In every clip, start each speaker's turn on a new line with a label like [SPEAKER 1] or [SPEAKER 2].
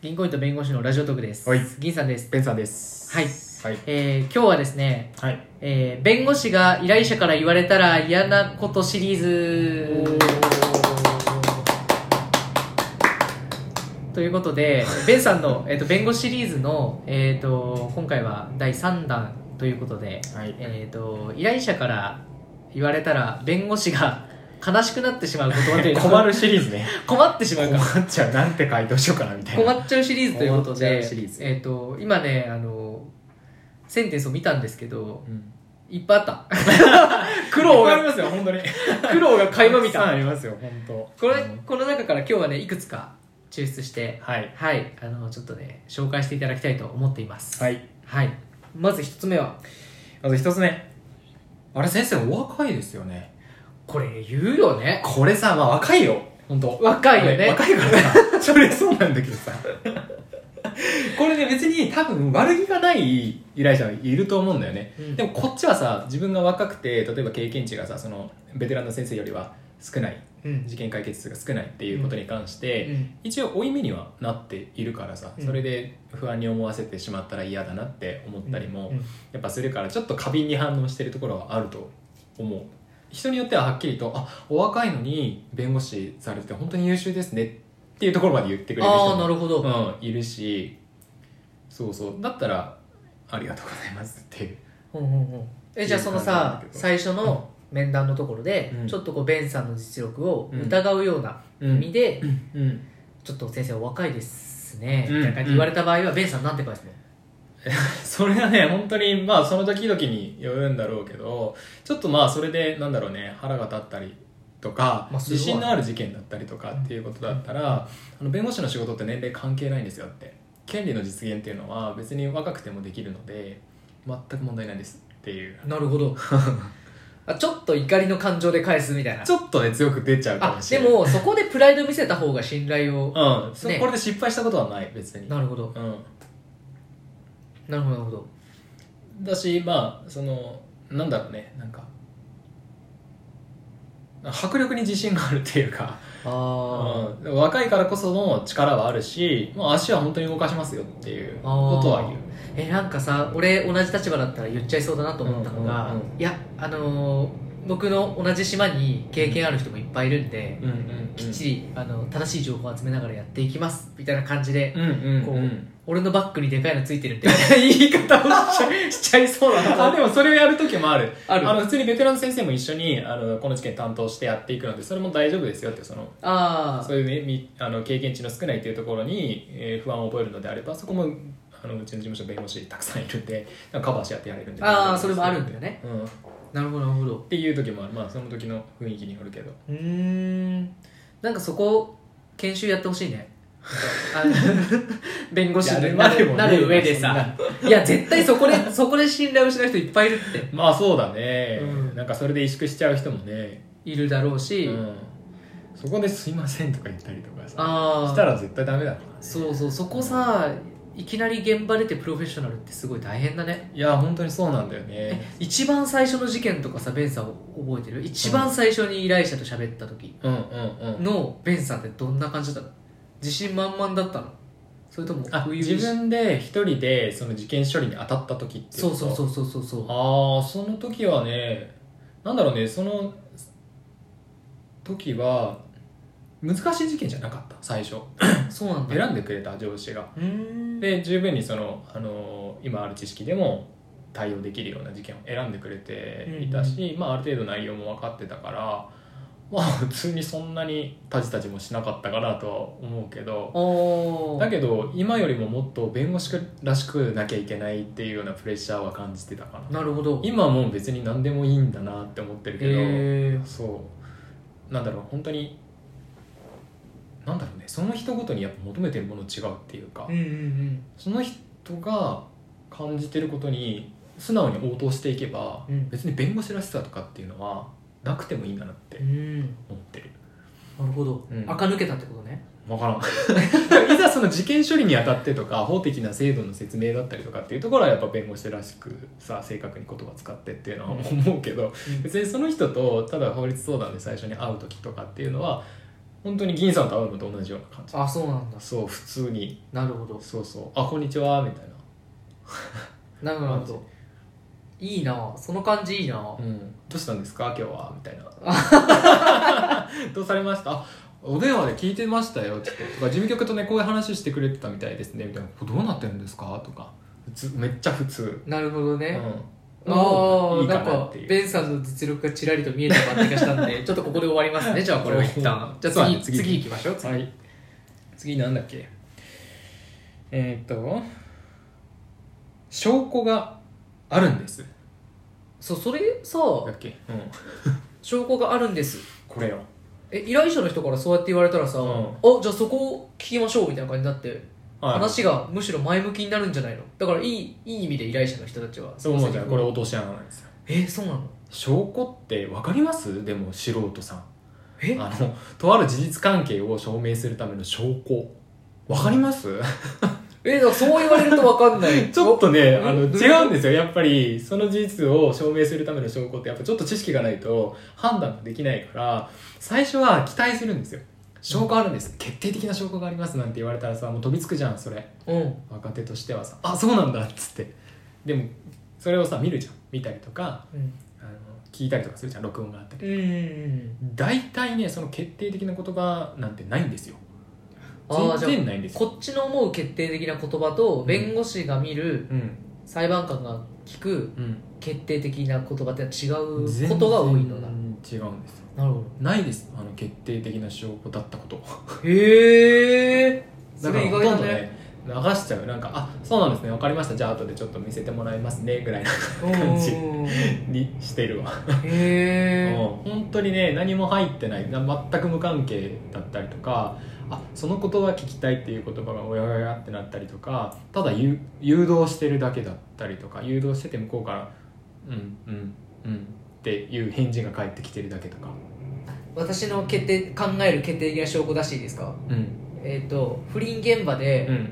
[SPEAKER 1] 銀行員と弁護士のラジオトークです。
[SPEAKER 2] はい
[SPEAKER 1] 銀さんです。
[SPEAKER 2] ペンさんです。
[SPEAKER 1] はい。
[SPEAKER 2] はい。
[SPEAKER 1] えー今日はですね、
[SPEAKER 2] はい。
[SPEAKER 1] えー弁護士が依頼者から言われたら嫌なことシリーズということで、ベンさんの、えー、と弁護士シリーズの、えー、と今回は第3弾ということで、
[SPEAKER 2] はい。
[SPEAKER 1] えー、と依頼者から言われたら弁護士が悲しくなってしまう言葉 というの
[SPEAKER 2] 困るシリーズね。
[SPEAKER 1] 困ってしまう
[SPEAKER 2] 困
[SPEAKER 1] か
[SPEAKER 2] っちゃう。なんて回答しようかな、みたいな。
[SPEAKER 1] 困っちゃうシリーズということ
[SPEAKER 2] 困
[SPEAKER 1] で
[SPEAKER 2] っちゃうシリーズ
[SPEAKER 1] えー、と今ねあのセンテンスを見たんですけど
[SPEAKER 2] うん。
[SPEAKER 1] いっぱいあった苦
[SPEAKER 2] 苦
[SPEAKER 1] 労
[SPEAKER 2] 労があり
[SPEAKER 1] が
[SPEAKER 2] ますよ、本当に。
[SPEAKER 1] 苦労が垣間見
[SPEAKER 2] たくさん
[SPEAKER 1] た
[SPEAKER 2] ありますよ、本当。
[SPEAKER 1] これ
[SPEAKER 2] うん
[SPEAKER 1] この中から今日はねいくつか抽出して
[SPEAKER 2] はい。
[SPEAKER 1] はいあのちょっとね紹介していただきたいと思っています、
[SPEAKER 2] はいい。
[SPEAKER 1] はい、まず一つ目は
[SPEAKER 2] まず一つ目。あれ、先生、お若いですよね。
[SPEAKER 1] これ言うよね
[SPEAKER 2] これさ、まあ、若いよ。本当。
[SPEAKER 1] 若いよね
[SPEAKER 2] 若いから さ。それそうなんだけどさ。これね、別に多分悪気がない依頼者はいると思うんだよね。
[SPEAKER 1] うん
[SPEAKER 2] でもこっちはさ自分が若くて例えば経験値がさそのベテランの先生よりは少ない
[SPEAKER 1] うん
[SPEAKER 2] 事件解決数が少ないっていうことに関して、
[SPEAKER 1] うん
[SPEAKER 2] 一応負い目にはなっているからさ、
[SPEAKER 1] うん
[SPEAKER 2] それで不安に思わせてしまったら嫌だなって思ったりも、
[SPEAKER 1] うん
[SPEAKER 2] やっぱするからちょっと過敏に反応してるところはあると思う人によってははっきりと「あお若いのに弁護士されてて本当に優秀ですね」っていうところまで言ってくれる人
[SPEAKER 1] あ
[SPEAKER 2] も
[SPEAKER 1] あなるほど、
[SPEAKER 2] うん、いるしそうそうだったら「ありがとうございます」っていう。
[SPEAKER 1] うんうんうんえじゃあそのさ
[SPEAKER 2] っていう感じな
[SPEAKER 1] 最
[SPEAKER 2] んだ
[SPEAKER 1] 初の面談のところで、
[SPEAKER 2] うん
[SPEAKER 1] ちょっとこうベンさんの実力を
[SPEAKER 2] うん
[SPEAKER 1] 疑うような
[SPEAKER 2] う
[SPEAKER 1] 意味
[SPEAKER 2] ん
[SPEAKER 1] で、
[SPEAKER 2] うん、
[SPEAKER 1] ちょっと先生お若いですね、
[SPEAKER 2] うん
[SPEAKER 1] みたいな感じで言われた場合は、ベンさんなんて返すの
[SPEAKER 2] それはね本当にまあその時々によるんだろうけどちょっとまあそれでなんだろうね腹が立ったりとか、
[SPEAKER 1] まあすごい
[SPEAKER 2] 自信のある事件だったりとかっていうことだったら、あの弁護士の仕事って年齢関係ないんですよって権利の実現っていうのは別に若くてもできるので全く問題ないですっていう
[SPEAKER 1] なるほど あちょっと怒りの感情で返すみたいな
[SPEAKER 2] ちょっとね強く出ちゃうか
[SPEAKER 1] あ
[SPEAKER 2] もし
[SPEAKER 1] で
[SPEAKER 2] れない
[SPEAKER 1] もそこでプライド見せた方が信頼を、
[SPEAKER 2] うんそ
[SPEAKER 1] ね
[SPEAKER 2] これで失敗したことはない別に、
[SPEAKER 1] なるほど
[SPEAKER 2] うん、
[SPEAKER 1] なるほどなるほど
[SPEAKER 2] だしまあそのなんだろうねなんか迫力に自信があるっていうか、
[SPEAKER 1] あ
[SPEAKER 2] うん、若いからこその力はあるし、まあ、足は本当に動かしますよっていうことは言う
[SPEAKER 1] あえなんかさ俺同じ立場だったら言っちゃいそうだなと思ったのが、
[SPEAKER 2] うんうんう
[SPEAKER 1] いやあのー僕の同じ島に経験ある人もいっぱいいるんで、
[SPEAKER 2] うんうん
[SPEAKER 1] きっちり、あの正しい情報を集めながらやっていきますみたいな感じで、
[SPEAKER 2] うんうん
[SPEAKER 1] こ
[SPEAKER 2] う
[SPEAKER 1] うん
[SPEAKER 2] うん
[SPEAKER 1] 俺のバッグにでかいのついてるって
[SPEAKER 2] 言い方をしちゃう
[SPEAKER 1] しちゃいそうだ
[SPEAKER 2] あ
[SPEAKER 1] な
[SPEAKER 2] でもそれをやる時もある
[SPEAKER 1] ある
[SPEAKER 2] あの普通にベテランの先生も一緒にあのこの事件担当してやっていくのでそれも大丈夫ですよってその
[SPEAKER 1] あー
[SPEAKER 2] そういう、ね、みあの経験値の少ないというところに、えー不安を覚えるのであればそこもあのうちの事務所弁護士たくさんいるんでなんかカバーし合ってやれるんで
[SPEAKER 1] あーそれもあるんだよね、
[SPEAKER 2] うん、っ
[SPEAKER 1] なるほどなるほど
[SPEAKER 2] ていう時もあるまあその時の雰囲気によるけど
[SPEAKER 1] うーんなんかそこ研修やってほしいねあの 弁護士
[SPEAKER 2] やる
[SPEAKER 1] に
[SPEAKER 2] ま
[SPEAKER 1] な
[SPEAKER 2] で
[SPEAKER 1] る
[SPEAKER 2] もね
[SPEAKER 1] なる上でさいや絶対そこで そこで信頼をしない人いっぱいいるって
[SPEAKER 2] まあそうだね、
[SPEAKER 1] うん
[SPEAKER 2] なんかそれで萎縮しちゃう人もね、
[SPEAKER 1] いるだろうし、
[SPEAKER 2] うん、そこで「すいません」とか言ったりとかさ
[SPEAKER 1] ああ
[SPEAKER 2] したら絶対ダメだからね
[SPEAKER 1] そうそうそこさいきなり現場出てプロフェッショナルってすごい大変だね
[SPEAKER 2] いや本当にそうなんだよ
[SPEAKER 1] え
[SPEAKER 2] ね
[SPEAKER 1] 一番最初の事件とかさベンさん覚えてる一番最初に依頼者と喋った時
[SPEAKER 2] うんうんうん
[SPEAKER 1] のベンさんってどんな感じだったの自信満々だったのそれとも
[SPEAKER 2] あ
[SPEAKER 1] 初々し
[SPEAKER 2] 自分で一人でその事件処理に当たった時ってい
[SPEAKER 1] そうそう
[SPEAKER 2] う
[SPEAKER 1] そうそうそうそう
[SPEAKER 2] ああその時はねなんだろうねその時は難しい事件じゃなかった最初
[SPEAKER 1] そうなんだ
[SPEAKER 2] 選んでくれた上司が
[SPEAKER 1] うーん
[SPEAKER 2] で十分にその、あのー今ある知識でも対応できるような事件を選んでくれていたし、まあ、ある程度内容も分かってたからまあ普通にそんなにタジタジもしなかったかなとは思うけど
[SPEAKER 1] おー
[SPEAKER 2] だけど今よりももっと弁護士らしくなきゃいけないっていうようなプレッシャーは感じてたかな
[SPEAKER 1] なるほど
[SPEAKER 2] 今はもう別に何でもいいんだなって思ってるけ
[SPEAKER 1] へ
[SPEAKER 2] どそうなんだろう本当になんだろうねその人ごとにやっぱ求めてるもの違うっていうか、
[SPEAKER 1] ーうんうんうん
[SPEAKER 2] その人が感じてることに素直に応答していけば、
[SPEAKER 1] うん
[SPEAKER 2] 別に弁護士らしさとかっていうのはなくてもいいんだなって
[SPEAKER 1] うん
[SPEAKER 2] 思ってる
[SPEAKER 1] なるほど
[SPEAKER 2] うん
[SPEAKER 1] 垢抜けたってことね
[SPEAKER 2] 分からん いざその事件処理にあたってとか法的な制度の説明だったりとかっていうところはやっぱ弁護士らしくさ正確に言葉使ってっていうのは思うけど別にその人とただ法律相談で最初に会う時とかっていうのは本当に銀さんと会うのと同じような感じ
[SPEAKER 1] あそうなんだ
[SPEAKER 2] そう普通に
[SPEAKER 1] なるほど
[SPEAKER 2] そうそうあこんにちはみたい
[SPEAKER 1] なるほどいいなその感じいいな、
[SPEAKER 2] な、うん、どうしたんですか今日はみたいな どうされましたあお電話で聞いてましたよってとか事務局とねこういう話してくれてたみたいですねみたいなこれどうなってるんですかとか普通めっちゃ普通、
[SPEAKER 1] なるほど
[SPEAKER 2] うん
[SPEAKER 1] ね、、
[SPEAKER 2] の
[SPEAKER 1] あ
[SPEAKER 2] 方
[SPEAKER 1] あ
[SPEAKER 2] がいい
[SPEAKER 1] な
[SPEAKER 2] か
[SPEAKER 1] ん
[SPEAKER 2] なっ
[SPEAKER 1] か
[SPEAKER 2] ていう
[SPEAKER 1] ベンさんの実力がちらりと見えた感じがしたん でちょっとここで終わりますねじゃあこれは一旦じゃ
[SPEAKER 2] そう
[SPEAKER 1] あ
[SPEAKER 2] だ
[SPEAKER 1] 次、
[SPEAKER 2] ね次
[SPEAKER 1] 次行きましょう次
[SPEAKER 2] はい次なんだっけえーっと証拠があるんです
[SPEAKER 1] そうそれさ
[SPEAKER 2] だっけ、うん、
[SPEAKER 1] 証拠があるんです
[SPEAKER 2] これよ
[SPEAKER 1] え依頼者の人からそうやって言われたらさ、
[SPEAKER 2] うん
[SPEAKER 1] あじゃあそこを聞きましょうみたいな感じになって話がむしろ前向きになるんじゃないのだからいいいい意味で依頼者の人たちは
[SPEAKER 2] そう思うじゃんこれ
[SPEAKER 1] を
[SPEAKER 2] 落とし穴なんですよ
[SPEAKER 1] えそうなの
[SPEAKER 2] 証拠って分かりますでも素人さん
[SPEAKER 1] え
[SPEAKER 2] あのとある事実関係を証明するための証拠分かります
[SPEAKER 1] えだからそう言われるとわかんない
[SPEAKER 2] ちょっとねあの
[SPEAKER 1] うん
[SPEAKER 2] 違うんですよやっぱりその事実を証明するための証拠ってやっぱちょっと知識がないと判断ができないから最初は期待するんですよ証拠あるんです決定的な証拠がありますなんて言われたらさもう飛びつくじゃんそれ
[SPEAKER 1] おうん
[SPEAKER 2] 若手としてはさあそうなんだっつってでもそれをさ見るじゃん見たりとか
[SPEAKER 1] うん
[SPEAKER 2] あの聞いたりとかするじゃん録音があったり
[SPEAKER 1] うんうん
[SPEAKER 2] 大体ねその決定的な言葉なんてないんですよ
[SPEAKER 1] あーじゃ
[SPEAKER 2] 全然ないんです
[SPEAKER 1] こ
[SPEAKER 2] よ
[SPEAKER 1] っちの思う決定的な言葉と弁護士が見る
[SPEAKER 2] うん
[SPEAKER 1] 裁判官が聞く
[SPEAKER 2] うん
[SPEAKER 1] 決定的な言葉って違うことが多いのだ
[SPEAKER 2] 全然違うんですよ
[SPEAKER 1] なるほ
[SPEAKER 2] ないですあの決定的な証拠だったこと
[SPEAKER 1] どへえそれ意外
[SPEAKER 2] ほ
[SPEAKER 1] だ
[SPEAKER 2] とんど
[SPEAKER 1] ね
[SPEAKER 2] 流しちゃうなんかあそうなんですねわかりましたじゃあ後でちょっと見せてもらいますねぐらいな
[SPEAKER 1] うん
[SPEAKER 2] 感じにしてるわ、
[SPEAKER 1] へえ
[SPEAKER 2] うん本当にね何も入ってないな全く無関係だったりとかあその言葉聞きたいっていう言葉がおやおやおやってなったりとかただゆ誘導してるだけだったりとか誘導してて向こうから「うんうんうん」っていう返事が返ってきてるだけとか、
[SPEAKER 1] 私の決定考える決定的な証拠出していいですか
[SPEAKER 2] うん
[SPEAKER 1] えっ、と不倫現場で
[SPEAKER 2] うん、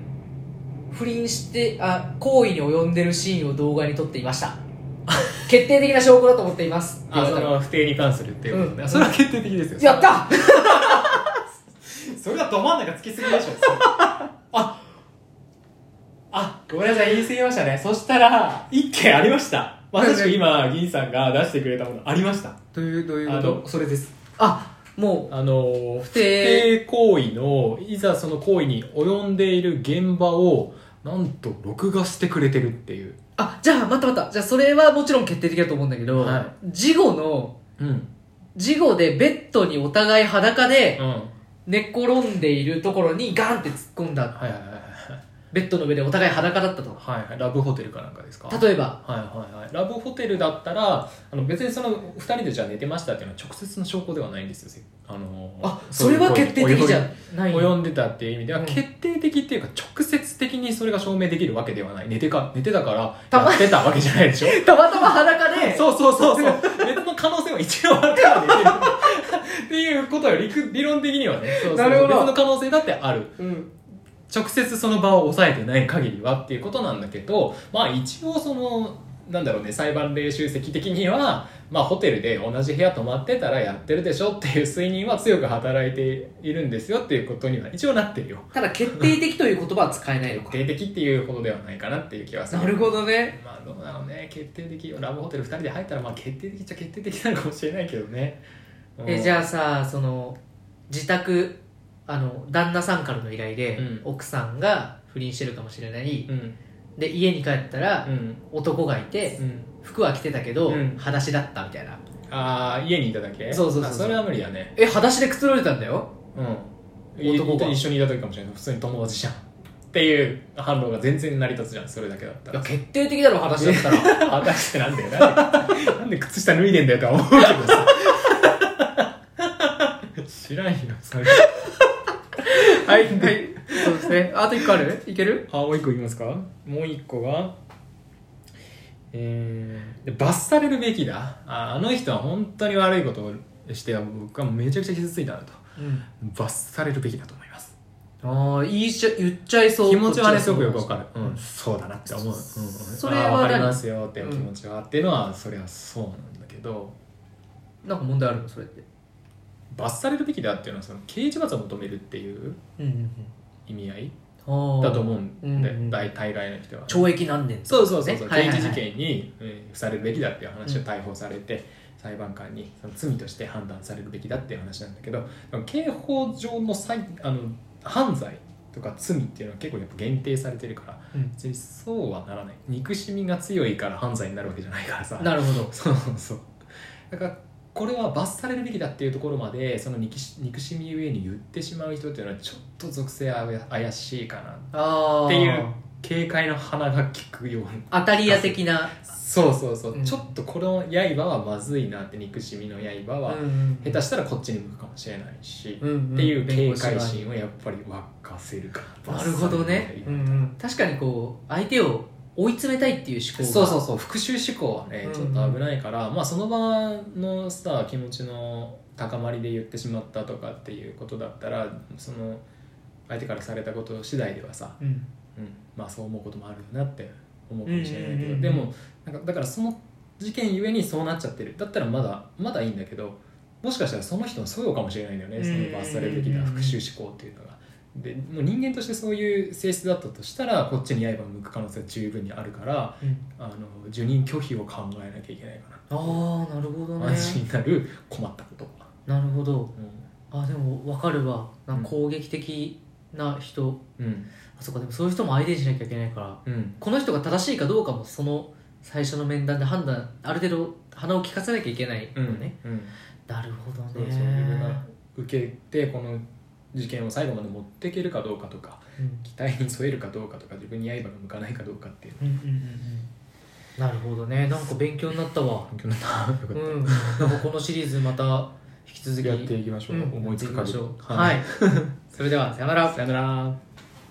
[SPEAKER 1] 不倫してあ行為に及んでるシーンを動画に撮っていました 決定的な証拠だと思っていますって言
[SPEAKER 2] あ
[SPEAKER 1] われ
[SPEAKER 2] そ
[SPEAKER 1] たら
[SPEAKER 2] の不定に関するっていうことね、
[SPEAKER 1] うん
[SPEAKER 2] それは決定的ですよ
[SPEAKER 1] やった
[SPEAKER 2] それはど真ん中つきすぎ でしょああごめんなさい言い過ぎましたねそしたら一件ありましたまさしく今銀さんが出してくれたものありました
[SPEAKER 1] というどうい
[SPEAKER 2] あの
[SPEAKER 1] それですあも
[SPEAKER 2] あの不
[SPEAKER 1] 定
[SPEAKER 2] 定行為のいざその行為に及んでいる現場をなんと録画してくれてるっていう
[SPEAKER 1] うあじゃあまたまたじゃあそれはもちろん決定的だと思うんだけど、
[SPEAKER 2] は
[SPEAKER 1] 事後の
[SPEAKER 2] うん
[SPEAKER 1] 事後でベッドにお互い裸で
[SPEAKER 2] うん
[SPEAKER 1] 寝っ転んでいるところにガンって突っ込んだ
[SPEAKER 2] はいはいはい
[SPEAKER 1] ベッドの上でお互い裸だったと
[SPEAKER 2] はいはいはいラブホテルかなんかですか
[SPEAKER 1] 例えば
[SPEAKER 2] はいはいはい、ラブホテルだったらあの別にその2人でじゃあ寝てましたっていうのは直接の証拠ではないんですよ、あの
[SPEAKER 1] あそれは決定的じゃない
[SPEAKER 2] 及んでたっていう意味では、
[SPEAKER 1] うん
[SPEAKER 2] 決定的っていうか直接的にそれが証明できるわけではない寝てか寝てたから
[SPEAKER 1] たま
[SPEAKER 2] やってたわけじゃないで しょ
[SPEAKER 1] たまたま裸で
[SPEAKER 2] そうそうそうそう別の可能性は一応あるから寝てるっていうことよ理く理論的にはねそうそうそう
[SPEAKER 1] なるほど
[SPEAKER 2] 別の可能性だってある
[SPEAKER 1] うん
[SPEAKER 2] 直接その場を押さえてない限りはっていうことなんだけどまあ一応そのなんだろうね裁判例集積的には、まあ、ホテルで同じ部屋泊まってたらやってるでしょっていう推認は強く働いているんですよっていうことには一応なってるよ
[SPEAKER 1] ただ決定的という言葉は使えないの
[SPEAKER 2] 決
[SPEAKER 1] か
[SPEAKER 2] 定的っていうほどではないかなっていう気はする
[SPEAKER 1] なるほどね
[SPEAKER 2] まあどうなのね決定的ラブホテル2人で入ったらまあ決定的っちゃ決定的なのかもしれないけどね、
[SPEAKER 1] えじ
[SPEAKER 2] あ
[SPEAKER 1] ゃあさその自宅あの旦那さんからの依頼で、
[SPEAKER 2] うん
[SPEAKER 1] 奥さんが不倫してるかもしれない
[SPEAKER 2] うん
[SPEAKER 1] で家に帰ったら
[SPEAKER 2] う、ん
[SPEAKER 1] 男がいて
[SPEAKER 2] うん
[SPEAKER 1] 服は着てたけど、
[SPEAKER 2] うん
[SPEAKER 1] 裸足だったみたいな
[SPEAKER 2] ああ家にいただけ
[SPEAKER 1] そうそうそう
[SPEAKER 2] あそれは無理だね
[SPEAKER 1] え裸足でくつろいでたんだよ
[SPEAKER 2] うん、
[SPEAKER 1] 男が
[SPEAKER 2] い一緒にいた時かもしれない普通に友達じゃんっていう反応が全然成り立つじゃんそれだけだった
[SPEAKER 1] いや
[SPEAKER 2] ら
[SPEAKER 1] 決定的だろ裸足だったら
[SPEAKER 2] 果たしてなんだ よなんでなんで靴下脱いでんだよとは思うけどさ知らんよそれ
[SPEAKER 1] はいはいそうですねあと1個あるいける
[SPEAKER 2] あもう一個言いますかもう一個がえーで罰されるべきだああの人は本当に悪いことをして僕はめちゃくちゃ傷ついたなと
[SPEAKER 1] うん
[SPEAKER 2] 罰されるべきだと思います
[SPEAKER 1] ああ言いちゃ言っちゃいそう
[SPEAKER 2] 気持ちはねすごくよく
[SPEAKER 1] こっ
[SPEAKER 2] わ
[SPEAKER 1] ちは
[SPEAKER 2] かる、うん、そうだなって思う、うんうん、
[SPEAKER 1] それは
[SPEAKER 2] あーわかり
[SPEAKER 1] 何
[SPEAKER 2] ますよっていう気持ちは、っていうのはそれはそうなんだけど
[SPEAKER 1] なんか問題あるのそれって
[SPEAKER 2] 罰されるべきだっていうのはその刑事罰を求めるっていう
[SPEAKER 1] うんうん
[SPEAKER 2] 意味合い
[SPEAKER 1] うん、
[SPEAKER 2] だと思うんで、
[SPEAKER 1] うんうん
[SPEAKER 2] 大大概の人は。
[SPEAKER 1] 懲役何年
[SPEAKER 2] そうそうそうそう、
[SPEAKER 1] ねはいはいはい
[SPEAKER 2] 刑事事件に、うんされるべきだっていう話を逮捕されて、裁判官にその罪として判断されるべきだっていう話なんだけどでも刑法上のさいあの犯罪とか罪っていうのは結構やっぱ限定されてるから
[SPEAKER 1] うん
[SPEAKER 2] 別にそうはならない憎しみが強いから犯罪になるわけじゃないからさ
[SPEAKER 1] なるほど
[SPEAKER 2] そうそうそうだからこれは罰されるべきだっていうところまでその憎し憎しみゆえに言ってしまう人っていうのはちょっと属性あや怪しいか
[SPEAKER 1] あ
[SPEAKER 2] な
[SPEAKER 1] あ
[SPEAKER 2] っていう警戒の鼻が利くような
[SPEAKER 1] 当たり屋的な、
[SPEAKER 2] そうそうそう、
[SPEAKER 1] うん
[SPEAKER 2] ちょっとこの刃はまずいなって憎しみの刃は、
[SPEAKER 1] ん
[SPEAKER 2] 下手したらこっちに向くかもしれないし、
[SPEAKER 1] うんん
[SPEAKER 2] っていう警
[SPEAKER 1] 弁
[SPEAKER 2] 戒
[SPEAKER 1] 護士
[SPEAKER 2] 心をやっぱり沸かせるか
[SPEAKER 1] 側なるほどね、うんうん、確かにこう相手を追い詰めたいっていう思考が
[SPEAKER 2] そうそうそう復讐志向はね
[SPEAKER 1] うん
[SPEAKER 2] ちょっと危ないから、まあその場のさ気持ちの高まりで言ってしまったとかっていうことだったらその相手からされたこと次第ではさ、
[SPEAKER 1] うん、
[SPEAKER 2] うん、まあそう思うこともあるなって思うかもしれな
[SPEAKER 1] う
[SPEAKER 2] いけど、
[SPEAKER 1] んうんうんうん
[SPEAKER 2] でもなんかだからその事件ゆえにそうなっちゃってるだったらまだまだいいんだけどもしかしたらその人の素養かもしれないんだよね
[SPEAKER 1] うん
[SPEAKER 2] そ
[SPEAKER 1] うんうん
[SPEAKER 2] の罰されるべきな復讐思考っていうのが。でもう人間としてそういう性質だったとしたらこっちに刃を向く可能性は十分にあるから
[SPEAKER 1] うん
[SPEAKER 2] あの受任拒否を考えなきゃいけないかな
[SPEAKER 1] ああなるほどね
[SPEAKER 2] 安心になる困ったこと、
[SPEAKER 1] なるほど
[SPEAKER 2] う
[SPEAKER 1] あでも分かるわなんか
[SPEAKER 2] うん
[SPEAKER 1] 攻撃的な人、
[SPEAKER 2] んうん
[SPEAKER 1] あそうかでもそういう人も相手にしなきゃいけないから
[SPEAKER 2] うん、
[SPEAKER 1] この人が正しいかどうかもその最初の面談で判断ある程度鼻を利かせなきゃいけないのね、
[SPEAKER 2] うん、
[SPEAKER 1] なるほどね
[SPEAKER 2] そうそう自分が受けてこの事件を最後まで持っていけるかどうかとか
[SPEAKER 1] うん
[SPEAKER 2] 期待に添えるかどうかとか自分に刃が向かないかどうかっていう
[SPEAKER 1] うんうんうんうんなるほどねなんか勉強になったわ
[SPEAKER 2] 環境になった
[SPEAKER 1] う
[SPEAKER 2] よかっ
[SPEAKER 1] んなんかこのシリーズまた引き続
[SPEAKER 2] た
[SPEAKER 1] き
[SPEAKER 2] やっていきましょう、
[SPEAKER 1] うん
[SPEAKER 2] 思いつく
[SPEAKER 1] やっていき
[SPEAKER 2] 限
[SPEAKER 1] まし
[SPEAKER 2] り
[SPEAKER 1] ょうはい、それではさよなら
[SPEAKER 2] さよなら